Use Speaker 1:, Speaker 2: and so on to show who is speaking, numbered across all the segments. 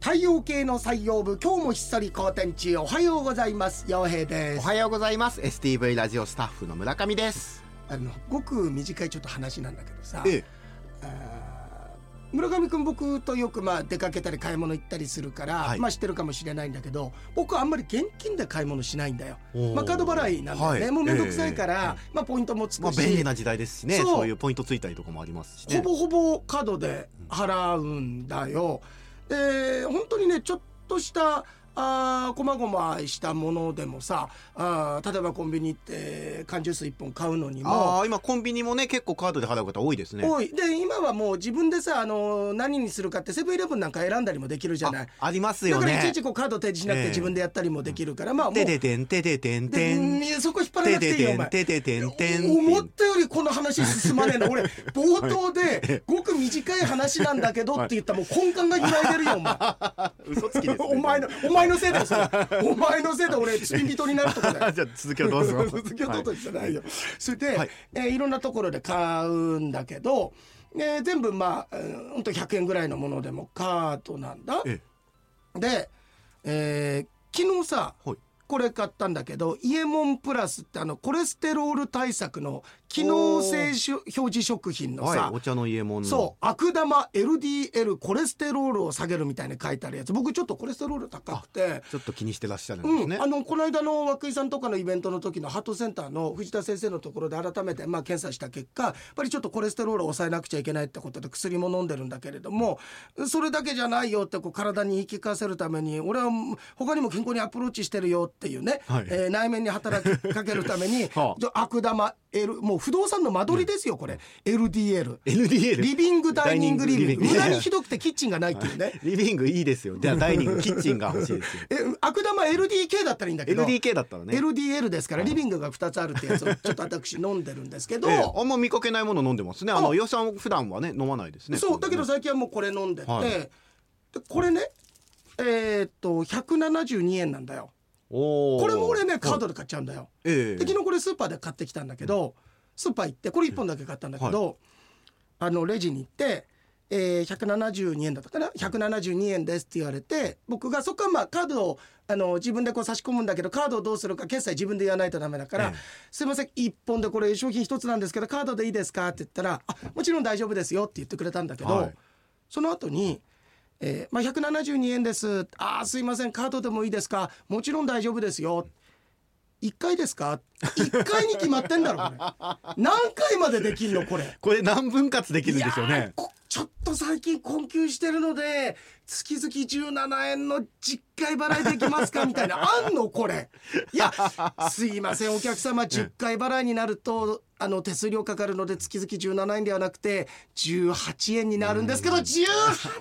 Speaker 1: 採用系の採用部今日もひっそり好天地おはようございます陽平で
Speaker 2: お
Speaker 1: す
Speaker 2: はようございます STV ラジオスタッフの村上です
Speaker 1: あのごく短いちょっと話なんだけどさ、
Speaker 2: え
Speaker 1: あー村上君僕とよくまあ出かけたり買い物行ったりするから、
Speaker 2: はい
Speaker 1: まあ知ってるかもしれないんだけど僕あんまり現金で買い物しないんだよ
Speaker 2: おー
Speaker 1: まあカード払いなんだよね、
Speaker 2: はい
Speaker 1: もうめんどくさいから、
Speaker 2: え
Speaker 1: まあポイントもつ
Speaker 2: まあ
Speaker 1: くし、
Speaker 2: 便利な時代ですしね
Speaker 1: そ
Speaker 2: そうういうポイントついたりとかもありますしね
Speaker 1: ほぼほぼカードで払うんだよ。で本当にねちょっとしたあーこまごましたものでもさあー例えばコンビニ行って缶ジュース1本買うのにも
Speaker 2: あ。あ今コンビニもね結構カードで払う方多いですね
Speaker 1: 多いで今はもう自分でさあの何にするかってセブンイレブンなんか選んだりもできるじゃない、
Speaker 2: ああります
Speaker 1: だ
Speaker 2: よ
Speaker 1: からいちい
Speaker 2: ね
Speaker 1: ちこうカード提示しなく
Speaker 2: え
Speaker 1: て
Speaker 2: え
Speaker 1: 自分でやったりもできるから、まあもう
Speaker 2: てでてんてでてんて
Speaker 1: で
Speaker 2: ん
Speaker 1: いやそこ引っ張ら
Speaker 2: て
Speaker 1: なくて
Speaker 2: で
Speaker 1: いいよお
Speaker 2: て
Speaker 1: 前
Speaker 2: んてでてんてん
Speaker 1: 思ったよりこの話進まねえな 俺冒頭でごく短い話なんだけどって言ったらもう根幹が揺らいでるよお 前
Speaker 2: 嘘つき ですね
Speaker 1: お前のお前のせいだよそれお前のせいで俺罪人になるとかだよ
Speaker 2: じゃあ続きをどうぞ
Speaker 1: 続きをどうぞじゃないよ、それで、
Speaker 2: はいい
Speaker 1: えーいろんなところで買うんだけど、えー全部まあ、うんほんと100円ぐらいのものでもカードなんだ
Speaker 2: え
Speaker 1: で、えー昨日さ、
Speaker 2: はい
Speaker 1: これ買ったんだけどイエモンプラスってあのコレステロール対策の機能性しょ表示食品の
Speaker 2: はい
Speaker 1: さ、
Speaker 2: お茶の家もんの
Speaker 1: そう悪玉 LDL コレステロールを下げるみたいに書いてあるやつ僕ちょっとコレステロール高くて。
Speaker 2: ちょっと気にしてらっしゃるんです
Speaker 1: うん、
Speaker 2: ね
Speaker 1: あのこの間の涌井さんとかのイベントの時のハートセンターの藤田先生のところで改めてまあ検査した結果やっぱりちょっとコレステロールを抑えなくちゃいけないってことで薬も飲んでるんだけれどもそれだけじゃないよってこう体に言い聞かせるために俺は他にも健康にアプローチしてるよっていうね、
Speaker 2: はい
Speaker 1: えー内面に働きかけるため に、
Speaker 2: はあ
Speaker 1: じゃ悪玉 L もう不動産の間取りですよこれ、LDL。
Speaker 2: LDL
Speaker 1: リビングダイニングリビング無駄にひ
Speaker 2: ど
Speaker 1: どくてキッチンがないっていうね
Speaker 2: リビングいいですよじゃあダイニングキッチンが欲しいですよ
Speaker 1: え悪玉 LDK だったらいいんだけど
Speaker 2: LDK だったらね
Speaker 1: LDL ですからリビングが2つあるってやつをちょっと私飲んでるんですけど、
Speaker 2: ええあんま見かけないもの飲んでますねあ
Speaker 1: あ
Speaker 2: の予算普段はね飲まないですね
Speaker 1: そうだけど
Speaker 2: さ
Speaker 1: 最近はもうこれ飲んでて、
Speaker 2: はい
Speaker 1: でこれねえーっと172円なんだよ
Speaker 2: こ
Speaker 1: これも俺ねカードで買っちゃうんだよ、
Speaker 2: ええ
Speaker 1: で昨日これスーパーで買ってきたんだけど、スーパー行ってこれ1本だけ買ったんだけど、あのレジに行って、えー、172円だったかな172円ですって言われて僕がそこはまあカードをあの自分でこう差し込むんだけどカードをどうするか決済自分で言わないとダメだから「
Speaker 2: ええ
Speaker 1: すいません1本でこれ商品1つなんですけどカードでいいですか?」って言ったら「あもちろん大丈夫ですよ」って言ってくれたんだけど、
Speaker 2: はい
Speaker 1: その後に「えーまあ、172円ですあーすいませんカードでもいいですかもちろん大丈夫ですよ」1回ですか1回に決まってんだろこれ何回までできんのこれ
Speaker 2: これ何分割できるんでしょう
Speaker 1: いやー
Speaker 2: ね
Speaker 1: こちょっと最近困窮してるので月々17円の実回払いできますかみたいなあんのこ れいやすいませんお客様10回払いになるとあの手数料かかるので月々17円ではなくて18円になるんですけど18円か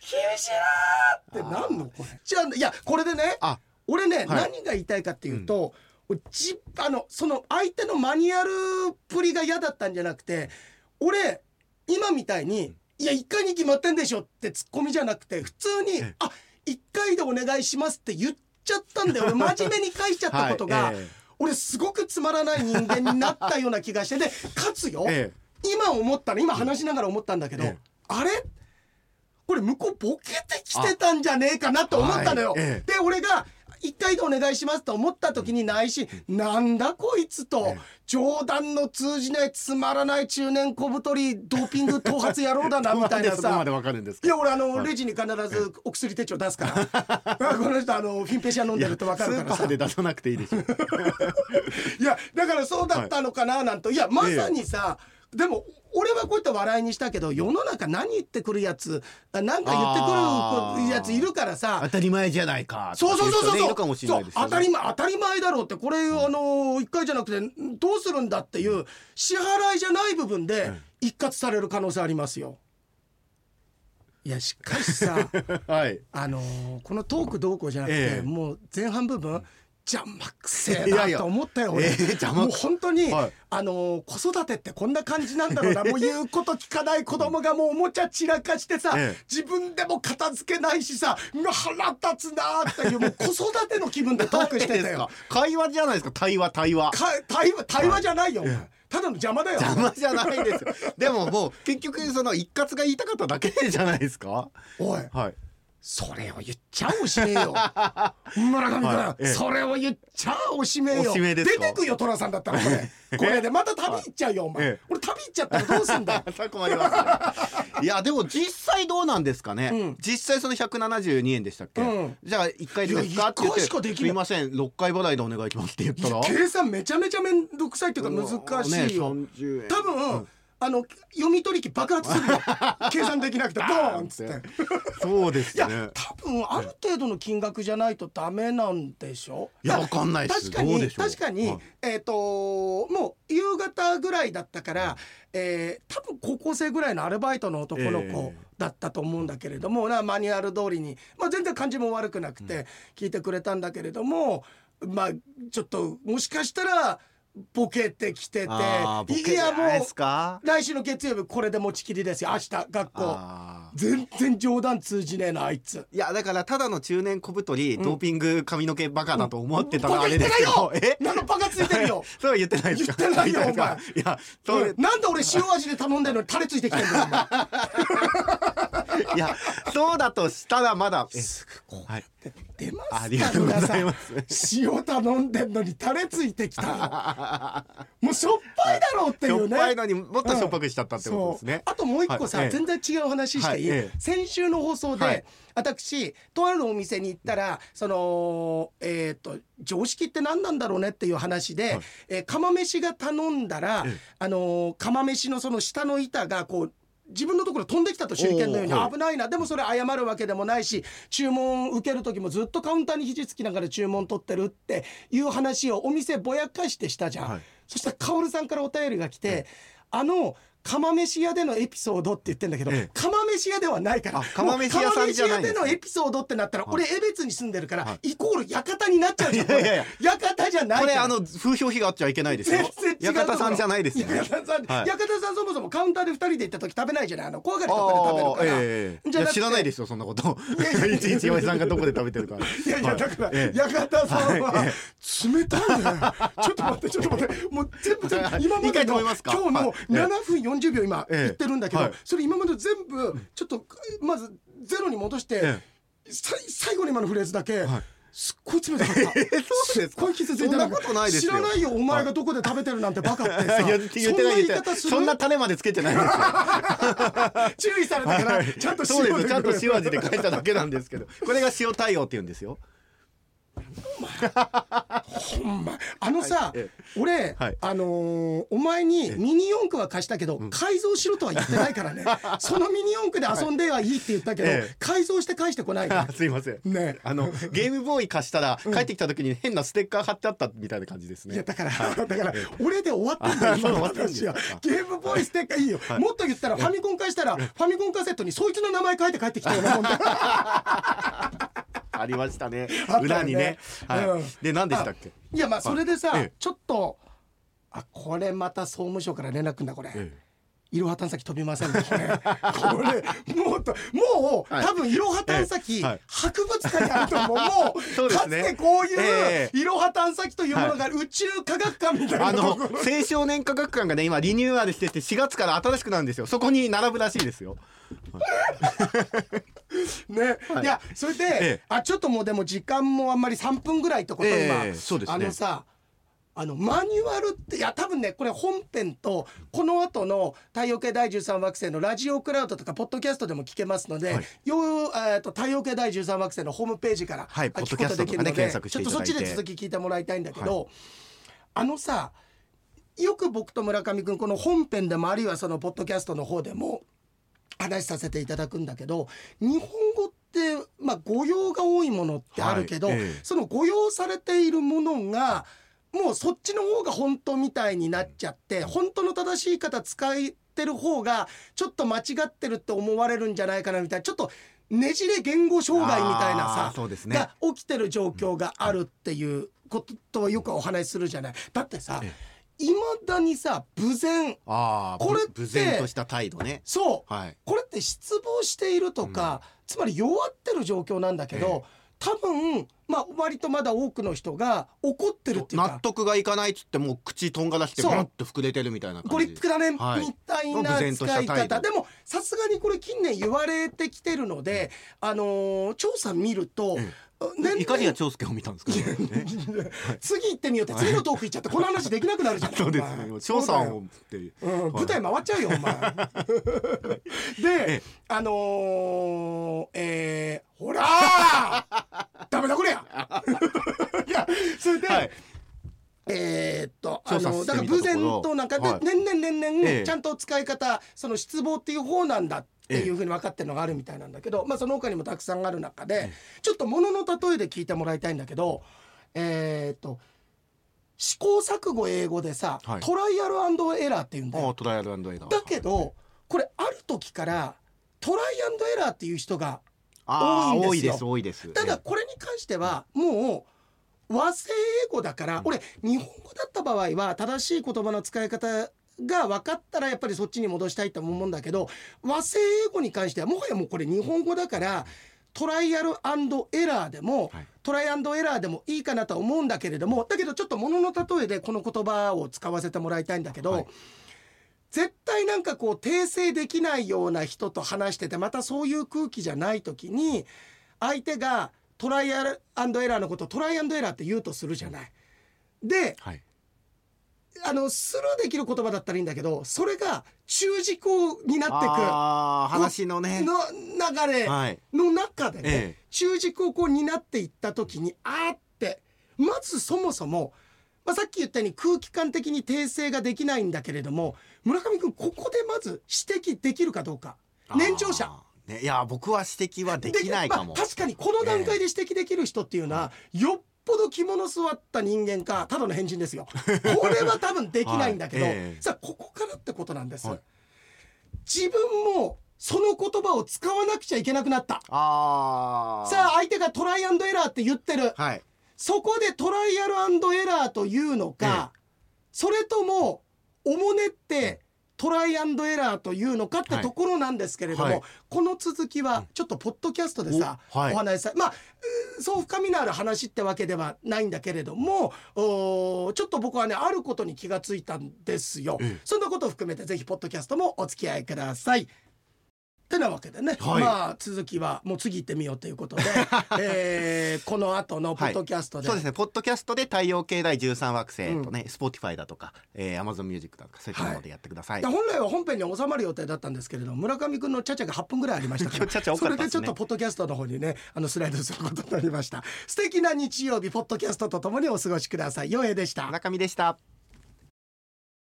Speaker 1: 厳しいなーってなんのこれじゃあいやこれでね
Speaker 2: あ
Speaker 1: 俺ね、
Speaker 2: はい
Speaker 1: 何が言いたいかっていうと、俺じあのその相手のマニュアルっぷりが嫌だったんじゃなくて俺今みたいに「いや1回に決まってんでしょ」ってツッコミじゃなくて普通に
Speaker 2: え
Speaker 1: 「あ一1回でお願いします」って言っちゃったんだよ 俺真面目に返しちゃったことが、
Speaker 2: はいええ
Speaker 1: 俺すごくつまらない人間になったような気がしてでかつよ、
Speaker 2: え
Speaker 1: 今思ったら今話しながら思ったんだけど、
Speaker 2: ええ
Speaker 1: あれこれ向こうボケてきてたんじゃねえかなと思ったのよ。
Speaker 2: はいえ
Speaker 1: で俺が一回でお願いしますと思った時にないし、なんだこいつと、
Speaker 2: ええ
Speaker 1: 冗談の通じないつまらない中年小太りドーピング頭髪野郎だなみたいな
Speaker 2: なんでそこま
Speaker 1: さ
Speaker 2: でわかるんです
Speaker 1: い
Speaker 2: か
Speaker 1: や俺あの
Speaker 2: はい
Speaker 1: レジに必ずお薬手帳出す からこの人あのフィンペシア飲んでるって分かるから
Speaker 2: スーパ
Speaker 1: さ
Speaker 2: ーで出さなくていいで しょ
Speaker 1: いやだからそうだったのかななんて、い、やまさにさ、でも俺はこういった笑いにしたけど世の中何言ってくるやつあなんか言ってくるやついるから
Speaker 2: 当
Speaker 1: さ
Speaker 2: たり前じゃないか
Speaker 1: そうそうそう
Speaker 2: とかい人ね
Speaker 1: そ
Speaker 2: いうるかもしれ
Speaker 1: そ
Speaker 2: ないうですよ
Speaker 1: 当
Speaker 2: ね
Speaker 1: たり前当たり前だろうってこれ、あのー一回じゃなくてどうするんだっていう支払いじゃない部分で一括される可能性ありますよ。いやしかし さ
Speaker 2: はい
Speaker 1: あのーこのトークどうこうじゃなくて、
Speaker 2: ええ
Speaker 1: もう前半部分邪魔くせえ
Speaker 2: いやい
Speaker 1: な
Speaker 2: や
Speaker 1: と思ったよ
Speaker 2: え
Speaker 1: 俺、
Speaker 2: え邪
Speaker 1: も
Speaker 2: 魔
Speaker 1: う
Speaker 2: く
Speaker 1: 本当に、
Speaker 2: はい
Speaker 1: あのー子育てってこんな感じなんだろ うなもう言うこと聞かない子供がもうおもちゃ散らかしてさ、
Speaker 2: ええ
Speaker 1: 自分でも片付けないしさうわ腹立つなーっていうも う子育ての気分でトークしてたよ
Speaker 2: 会話じゃないですか対話対話
Speaker 1: か対話対話じゃないよ、お前ただの邪魔だよ
Speaker 2: 邪魔じゃないですよでももう結局その一括が言いたかっただけじゃないですか
Speaker 1: おい
Speaker 2: はい
Speaker 1: それを言っちゃおしめえよ村上君、
Speaker 2: はいええ
Speaker 1: それを言っちゃおしめえよ
Speaker 2: おしめえです
Speaker 1: 出
Speaker 2: か
Speaker 1: てくよ寅さんだったらこれこれでまた旅行っちゃうよお前、
Speaker 2: ええ
Speaker 1: 俺旅行っちゃったらどうすんだよ
Speaker 2: それ困ります、 ね、いやでも実際どうなんですかね、
Speaker 1: うん
Speaker 2: 実際その172円でしたっけ、
Speaker 1: うん
Speaker 2: じゃあ1回でですかって言
Speaker 1: いや一回
Speaker 2: って
Speaker 1: しかできない
Speaker 2: すいません6回払いでお願いしますって言ったら
Speaker 1: 計算めちゃめちゃ面倒くさいっていうか難しいよ、
Speaker 2: ね、30円
Speaker 1: 多分、あの読み取り機爆発す るよ計算できなくてボーンっつって
Speaker 2: そうです
Speaker 1: いや、
Speaker 2: ね
Speaker 1: 多分ある程度の金額じゃないとダメなんでしょ
Speaker 2: いやわかんないです
Speaker 1: 確か
Speaker 2: どう
Speaker 1: に
Speaker 2: でしょう
Speaker 1: 確かに、
Speaker 2: はい
Speaker 1: えっ、ともう夕方ぐらいだったから、えー多分高校生ぐらいのアルバイトの男の
Speaker 2: え
Speaker 1: 子
Speaker 2: え
Speaker 1: だったと思うんだけれども、なマニュアル通りに、まあ、全然感じも悪くなくて聞いてくれたんだけれども、まあちょっともしかしたらボケてきてて
Speaker 2: あーボケ
Speaker 1: い
Speaker 2: じ
Speaker 1: や
Speaker 2: ゃない
Speaker 1: も
Speaker 2: ですか
Speaker 1: う来週の月曜日これで持ちきりですよ明日学校
Speaker 2: あー
Speaker 1: 全然冗談通じねえなあいつ。
Speaker 2: いやだからただの中年小太り、ドーピング髪の毛バカだと思ってたら
Speaker 1: バ
Speaker 2: あ
Speaker 1: カ
Speaker 2: れ
Speaker 1: 言っ
Speaker 2: で
Speaker 1: て
Speaker 2: す
Speaker 1: ない
Speaker 2: け
Speaker 1: よ
Speaker 2: どえ
Speaker 1: なんかバカついてるよ
Speaker 2: それは言ってないですか
Speaker 1: 言ってないよ
Speaker 2: ですか いや それ、
Speaker 1: うんなんで俺塩味で頼んでるのにタレついてきてんだよお前
Speaker 2: いやそうだとしたらまだえ
Speaker 1: すぐこうや
Speaker 2: はい
Speaker 1: って出ますか
Speaker 2: ありがとうございます
Speaker 1: 皆さん塩頼んでんのにタレついてきたよ もうしょっぱいだろうってい
Speaker 2: しょ
Speaker 1: う
Speaker 2: っ
Speaker 1: ね
Speaker 2: ぱいのにもっとしょっぱくしちゃったってことですね
Speaker 1: そうあともう一個さ、
Speaker 2: はいええ
Speaker 1: 全然違う話していい、
Speaker 2: はいええ
Speaker 1: 先週の放送で、
Speaker 2: はい
Speaker 1: 私とあるお店に行ったらそのえっ、と常識って何なんだろうねっていう話で、
Speaker 2: はい
Speaker 1: えー釜飯が頼んだら、
Speaker 2: ええ
Speaker 1: あのー釜飯のその下の板がこう自分のところ飛んできたと手裏剣のように
Speaker 2: おーはい
Speaker 1: 危ないな、でもそれ謝るわけでもないし注文受ける時もずっとカウンターに肘つきながら注文取ってるっていう話をお店ぼやかしてしたじゃん、
Speaker 2: はい
Speaker 1: そしたら薫さんからお便りが来て、あの釜飯屋でのエピソードって言ってんだけど、
Speaker 2: ええ
Speaker 1: 釜飯屋ではないから
Speaker 2: あ釜飯屋さんじゃない
Speaker 1: もう釜飯
Speaker 2: んですね
Speaker 1: 屋でのエピソードってなったら、
Speaker 2: はい
Speaker 1: 俺江別に住んでるから、
Speaker 2: は
Speaker 1: イコール館になっちゃうじゃんこれ
Speaker 2: いやいやい
Speaker 1: 館じゃない
Speaker 2: これ
Speaker 1: から
Speaker 2: あの風評被があっちゃいけないですよ
Speaker 1: 全然違うところ
Speaker 2: 館さんじゃないですよね
Speaker 1: 館さん、
Speaker 2: はい
Speaker 1: 館さんそもそもカウンターで二人で行った時食べないじゃないあの怖がりとかで食べる
Speaker 2: ああ
Speaker 1: から、
Speaker 2: ー、ええ
Speaker 1: じゃ
Speaker 2: い
Speaker 1: な
Speaker 2: や
Speaker 1: くて
Speaker 2: 知らないですよそんなこと
Speaker 1: やいや
Speaker 2: いちいち岩井さんがどこで食べてるか
Speaker 1: いやいや
Speaker 2: はい
Speaker 1: だから、
Speaker 2: ええ
Speaker 1: 館さんは
Speaker 2: はいえ
Speaker 1: 冷たいね、ちょっと待ってちょっと待 ってもう全部全部今まで
Speaker 2: 一回止
Speaker 1: の
Speaker 2: め
Speaker 1: 今
Speaker 2: ますか
Speaker 1: 日の
Speaker 2: はいええ
Speaker 1: 7分40秒今
Speaker 2: ええ
Speaker 1: 言ってるんだけど、
Speaker 2: はい
Speaker 1: それ今まで全部ちょっとまずゼロに戻して、
Speaker 2: え
Speaker 1: さい最後の今のフレーズだけ、
Speaker 2: はい
Speaker 1: すっごい冷たかった。
Speaker 2: そうです
Speaker 1: っごい傷ついて
Speaker 2: そんなことないです
Speaker 1: 知
Speaker 2: よ
Speaker 1: らないよお前がどこで食べてるなんてバカってさ
Speaker 2: いや言ってない言ってない
Speaker 1: する
Speaker 2: そんな種までつけてないですよ
Speaker 1: 注意されたから、
Speaker 2: は い
Speaker 1: ちゃんと
Speaker 2: そうですちゃんと
Speaker 1: し
Speaker 2: 塩味で書いただけなんですけどこれが塩対応って言うんですよ
Speaker 1: ほんまあのさ、
Speaker 2: はいえ
Speaker 1: 俺、
Speaker 2: はい
Speaker 1: あのーお前にミニ四駆は貸したけど、改造しろとは言ってないから ねそのミニ四駆で遊んではいいって言ったけど、
Speaker 2: ええ
Speaker 1: 改造して返してこないね
Speaker 2: あ すいません
Speaker 1: ね
Speaker 2: あのゲームボーイ貸したら帰ってきた時に変なステッカー貼ってあったみたいな感じです
Speaker 1: いや
Speaker 2: ね
Speaker 1: だから、だから俺で終わったんだよ
Speaker 2: あ
Speaker 1: 今の
Speaker 2: 終わったんです
Speaker 1: 話は
Speaker 2: よ
Speaker 1: ゲームボーイステッカーいいよ、もっと言ったらファミコン化したらファミコンカセットにそいつの名前書いて帰ってきたようなもんだ
Speaker 2: ありましたね
Speaker 1: あったよね
Speaker 2: 裏にねはい、
Speaker 1: うん
Speaker 2: で何でしたっけ
Speaker 1: いやまあそれでさ、
Speaker 2: ええ
Speaker 1: ちょっとあこれまた総務省から連絡くんだこれ。いろは探査機飛びませんでした ね。これもうともう、
Speaker 2: はい
Speaker 1: 多分いろは探査機、
Speaker 2: ええはい
Speaker 1: 博物館にあると思う。もう
Speaker 2: そうで
Speaker 1: か
Speaker 2: す
Speaker 1: つ
Speaker 2: ね
Speaker 1: てこうい
Speaker 2: え
Speaker 1: ういろは探査機というものがある宇宙科学館みたい
Speaker 2: あ
Speaker 1: なとこ
Speaker 2: の
Speaker 1: ろ。
Speaker 2: 青少年科学館がね今リニューアルしてて4月から新しくなるんですよそこに並ぶらしいですよ
Speaker 1: ね、い、やそれで、
Speaker 2: ええ
Speaker 1: あちょっともうでも時間もあんまり3分ぐらいってこと今、
Speaker 2: ええそうですね
Speaker 1: あのさあのマニュアルっていや多分ねこれ本編とこの後の太陽系第13惑星のラジオクラウドとかポッドキャストでも聞けますので、
Speaker 2: はい
Speaker 1: ようえー、と太陽系第13惑星のホームページから、
Speaker 2: はい
Speaker 1: あ聞く
Speaker 2: ポ
Speaker 1: こ
Speaker 2: ッドキャ
Speaker 1: と
Speaker 2: スト
Speaker 1: でき
Speaker 2: と
Speaker 1: る
Speaker 2: か
Speaker 1: の
Speaker 2: ね
Speaker 1: で、
Speaker 2: 検索し
Speaker 1: ち
Speaker 2: て
Speaker 1: ょ
Speaker 2: い
Speaker 1: ったと
Speaker 2: だ
Speaker 1: そ
Speaker 2: い
Speaker 1: ってちで続き聞いてもらいたいんだけど、あのさよく僕と村上君この本編でもあるいはそのポッドキャストの方でも話させていただくんだけど日本語って、まあ、誤用が多いものってあるけど、
Speaker 2: はいええ
Speaker 1: その誤用されているものがもうそっちの方が本当みたいになっちゃって本当の正しい言い方使ってる方がちょっと間違ってるって思われるんじゃないかなみたいなちょっとねじれ言語障害みたいな
Speaker 2: あー
Speaker 1: さ
Speaker 2: そうですね
Speaker 1: が起きてる状況があるっていうこととはよくお話しするじゃない。だってさ
Speaker 2: ええ
Speaker 1: いまだにさ無前
Speaker 2: ああ
Speaker 1: これって
Speaker 2: 無然とした態度ね
Speaker 1: そう
Speaker 2: はい
Speaker 1: これって失望しているとか、つまり弱ってる状況なんだけど、多分まあ割とまだ多くの人が怒ってるっていう
Speaker 2: 納
Speaker 1: か
Speaker 2: 得がいかないっつってもう口とんがらして
Speaker 1: そう
Speaker 2: ボロッと膨れてるみたいな
Speaker 1: ゴ
Speaker 2: 感
Speaker 1: リ
Speaker 2: じ
Speaker 1: ックだねみ
Speaker 2: はい
Speaker 1: たいな
Speaker 2: を憮然と
Speaker 1: 使い
Speaker 2: した態
Speaker 1: 方で
Speaker 2: 度
Speaker 1: もさすがにこれ近年言われてきてるのであのー調査見ると
Speaker 2: え
Speaker 1: 年々
Speaker 2: いかりや長介を見たんですかえ
Speaker 1: 次行ってみようって次のトーク行っちゃってこの話できなくなるじゃん
Speaker 2: そうですねもう翔さんをっていう
Speaker 1: うん舞台回っちゃうよお 前であのー、えー、ほらー ダメだこれやいやそれで、
Speaker 2: はい
Speaker 1: えーっとあ
Speaker 2: 調査
Speaker 1: の
Speaker 2: して
Speaker 1: だから
Speaker 2: みたところ
Speaker 1: 偶然となんかで、
Speaker 2: はい
Speaker 1: 年々年々、
Speaker 2: ええ
Speaker 1: ちゃんと使い方その失望っていう方なんだっていうふうに分かってるのがあるみたいなんだけど、まあその他にもたくさんある中で、ちょっとものの例えで聞いてもらいたいんだけどえーっと試行錯誤英語でさ、
Speaker 2: はい
Speaker 1: トライアルエラーって言うんだよ
Speaker 2: もうトライアルエラー
Speaker 1: だけどこれある時からトライアンドエラーっていう人が
Speaker 2: あー
Speaker 1: 多
Speaker 2: 多
Speaker 1: いん
Speaker 2: い
Speaker 1: で
Speaker 2: ですす
Speaker 1: よ
Speaker 2: 多いです
Speaker 1: ただこれに関してはもう和製英語だから俺日本語だった場合は正しい言葉の使い方が分かったらやっぱりそっちに戻したいと思うんだけど和製英語に関してはもはやもうこれ日本語だからトライアルエラーでも、
Speaker 2: はい
Speaker 1: トライアンドエラーでもいいかなとは思うんだけれどもだけどちょっとものの例えでこの言葉を使わせてもらいたいんだけど、
Speaker 2: はい
Speaker 1: 絶対なんかこう訂正できないような人と話しててまたそういう空気じゃない時に相手がトライアルエラーのことをトライアンドエラーって言うとするじゃない。で
Speaker 2: はい
Speaker 1: あのスルーできる言葉だったらいいんだけどそれが中軸になっ
Speaker 2: あー話の
Speaker 1: てく
Speaker 2: ね
Speaker 1: の流れ
Speaker 2: はい
Speaker 1: の中でね、
Speaker 2: ええ
Speaker 1: 中軸をこう担っていった時にあーってまずそもそも、まあ、さっき言ったように空気感的に訂正ができないんだけれども村上君ここでまず指摘できるかどうか年長者
Speaker 2: あーねいや僕は指摘はできないかも
Speaker 1: まあ確かにこの段階で指摘できる人っていうのは、よっぽど着物座った人間かただの変人 ですよこれは多分できないんだけど、
Speaker 2: はいええ
Speaker 1: さあここからってことなんです、
Speaker 2: はい
Speaker 1: 自分もその言葉を使わなくちゃいけなくなった
Speaker 2: ああ
Speaker 1: さあ相手がトライアンドエラーって言ってる
Speaker 2: あはい
Speaker 1: そこでトライアルエラーというのか、それともおもねってトライアンドエラーというのかって
Speaker 2: はい
Speaker 1: ところなんですけれども、
Speaker 2: はい
Speaker 1: この続きはちょっとポッドキャストでさ、
Speaker 2: おはい
Speaker 1: お話しさまあうーそう深みのある話ってわけではないんだけれどもおーちょっと僕はねあることに気がついたんですよ。
Speaker 2: ええ
Speaker 1: そんなことを含めてぜひポッドキャストもお付き合いください。てなわけでね、
Speaker 2: はい
Speaker 1: まあ続きはもう次行ってみようという ことで、えーこの後のポッドキャストで、
Speaker 2: そうですねポッドキャストで太陽系第13惑星とね、Spotify だとか、えー、Amazon Music だとかそういったものでやってください、
Speaker 1: で本来は本編に収まる予定だったんですけれども村上くんのチャチャが8分ぐらいありましたか
Speaker 2: 今日チャチャ
Speaker 1: ら
Speaker 2: 多か
Speaker 1: そ
Speaker 2: った
Speaker 1: れ
Speaker 2: っす
Speaker 1: で
Speaker 2: ね
Speaker 1: ちょっとポッドキャストの方にねあのスライドすることになりました素敵な日曜日ポッドキャストとともにお過ごしくださいよえでした
Speaker 2: 中身でした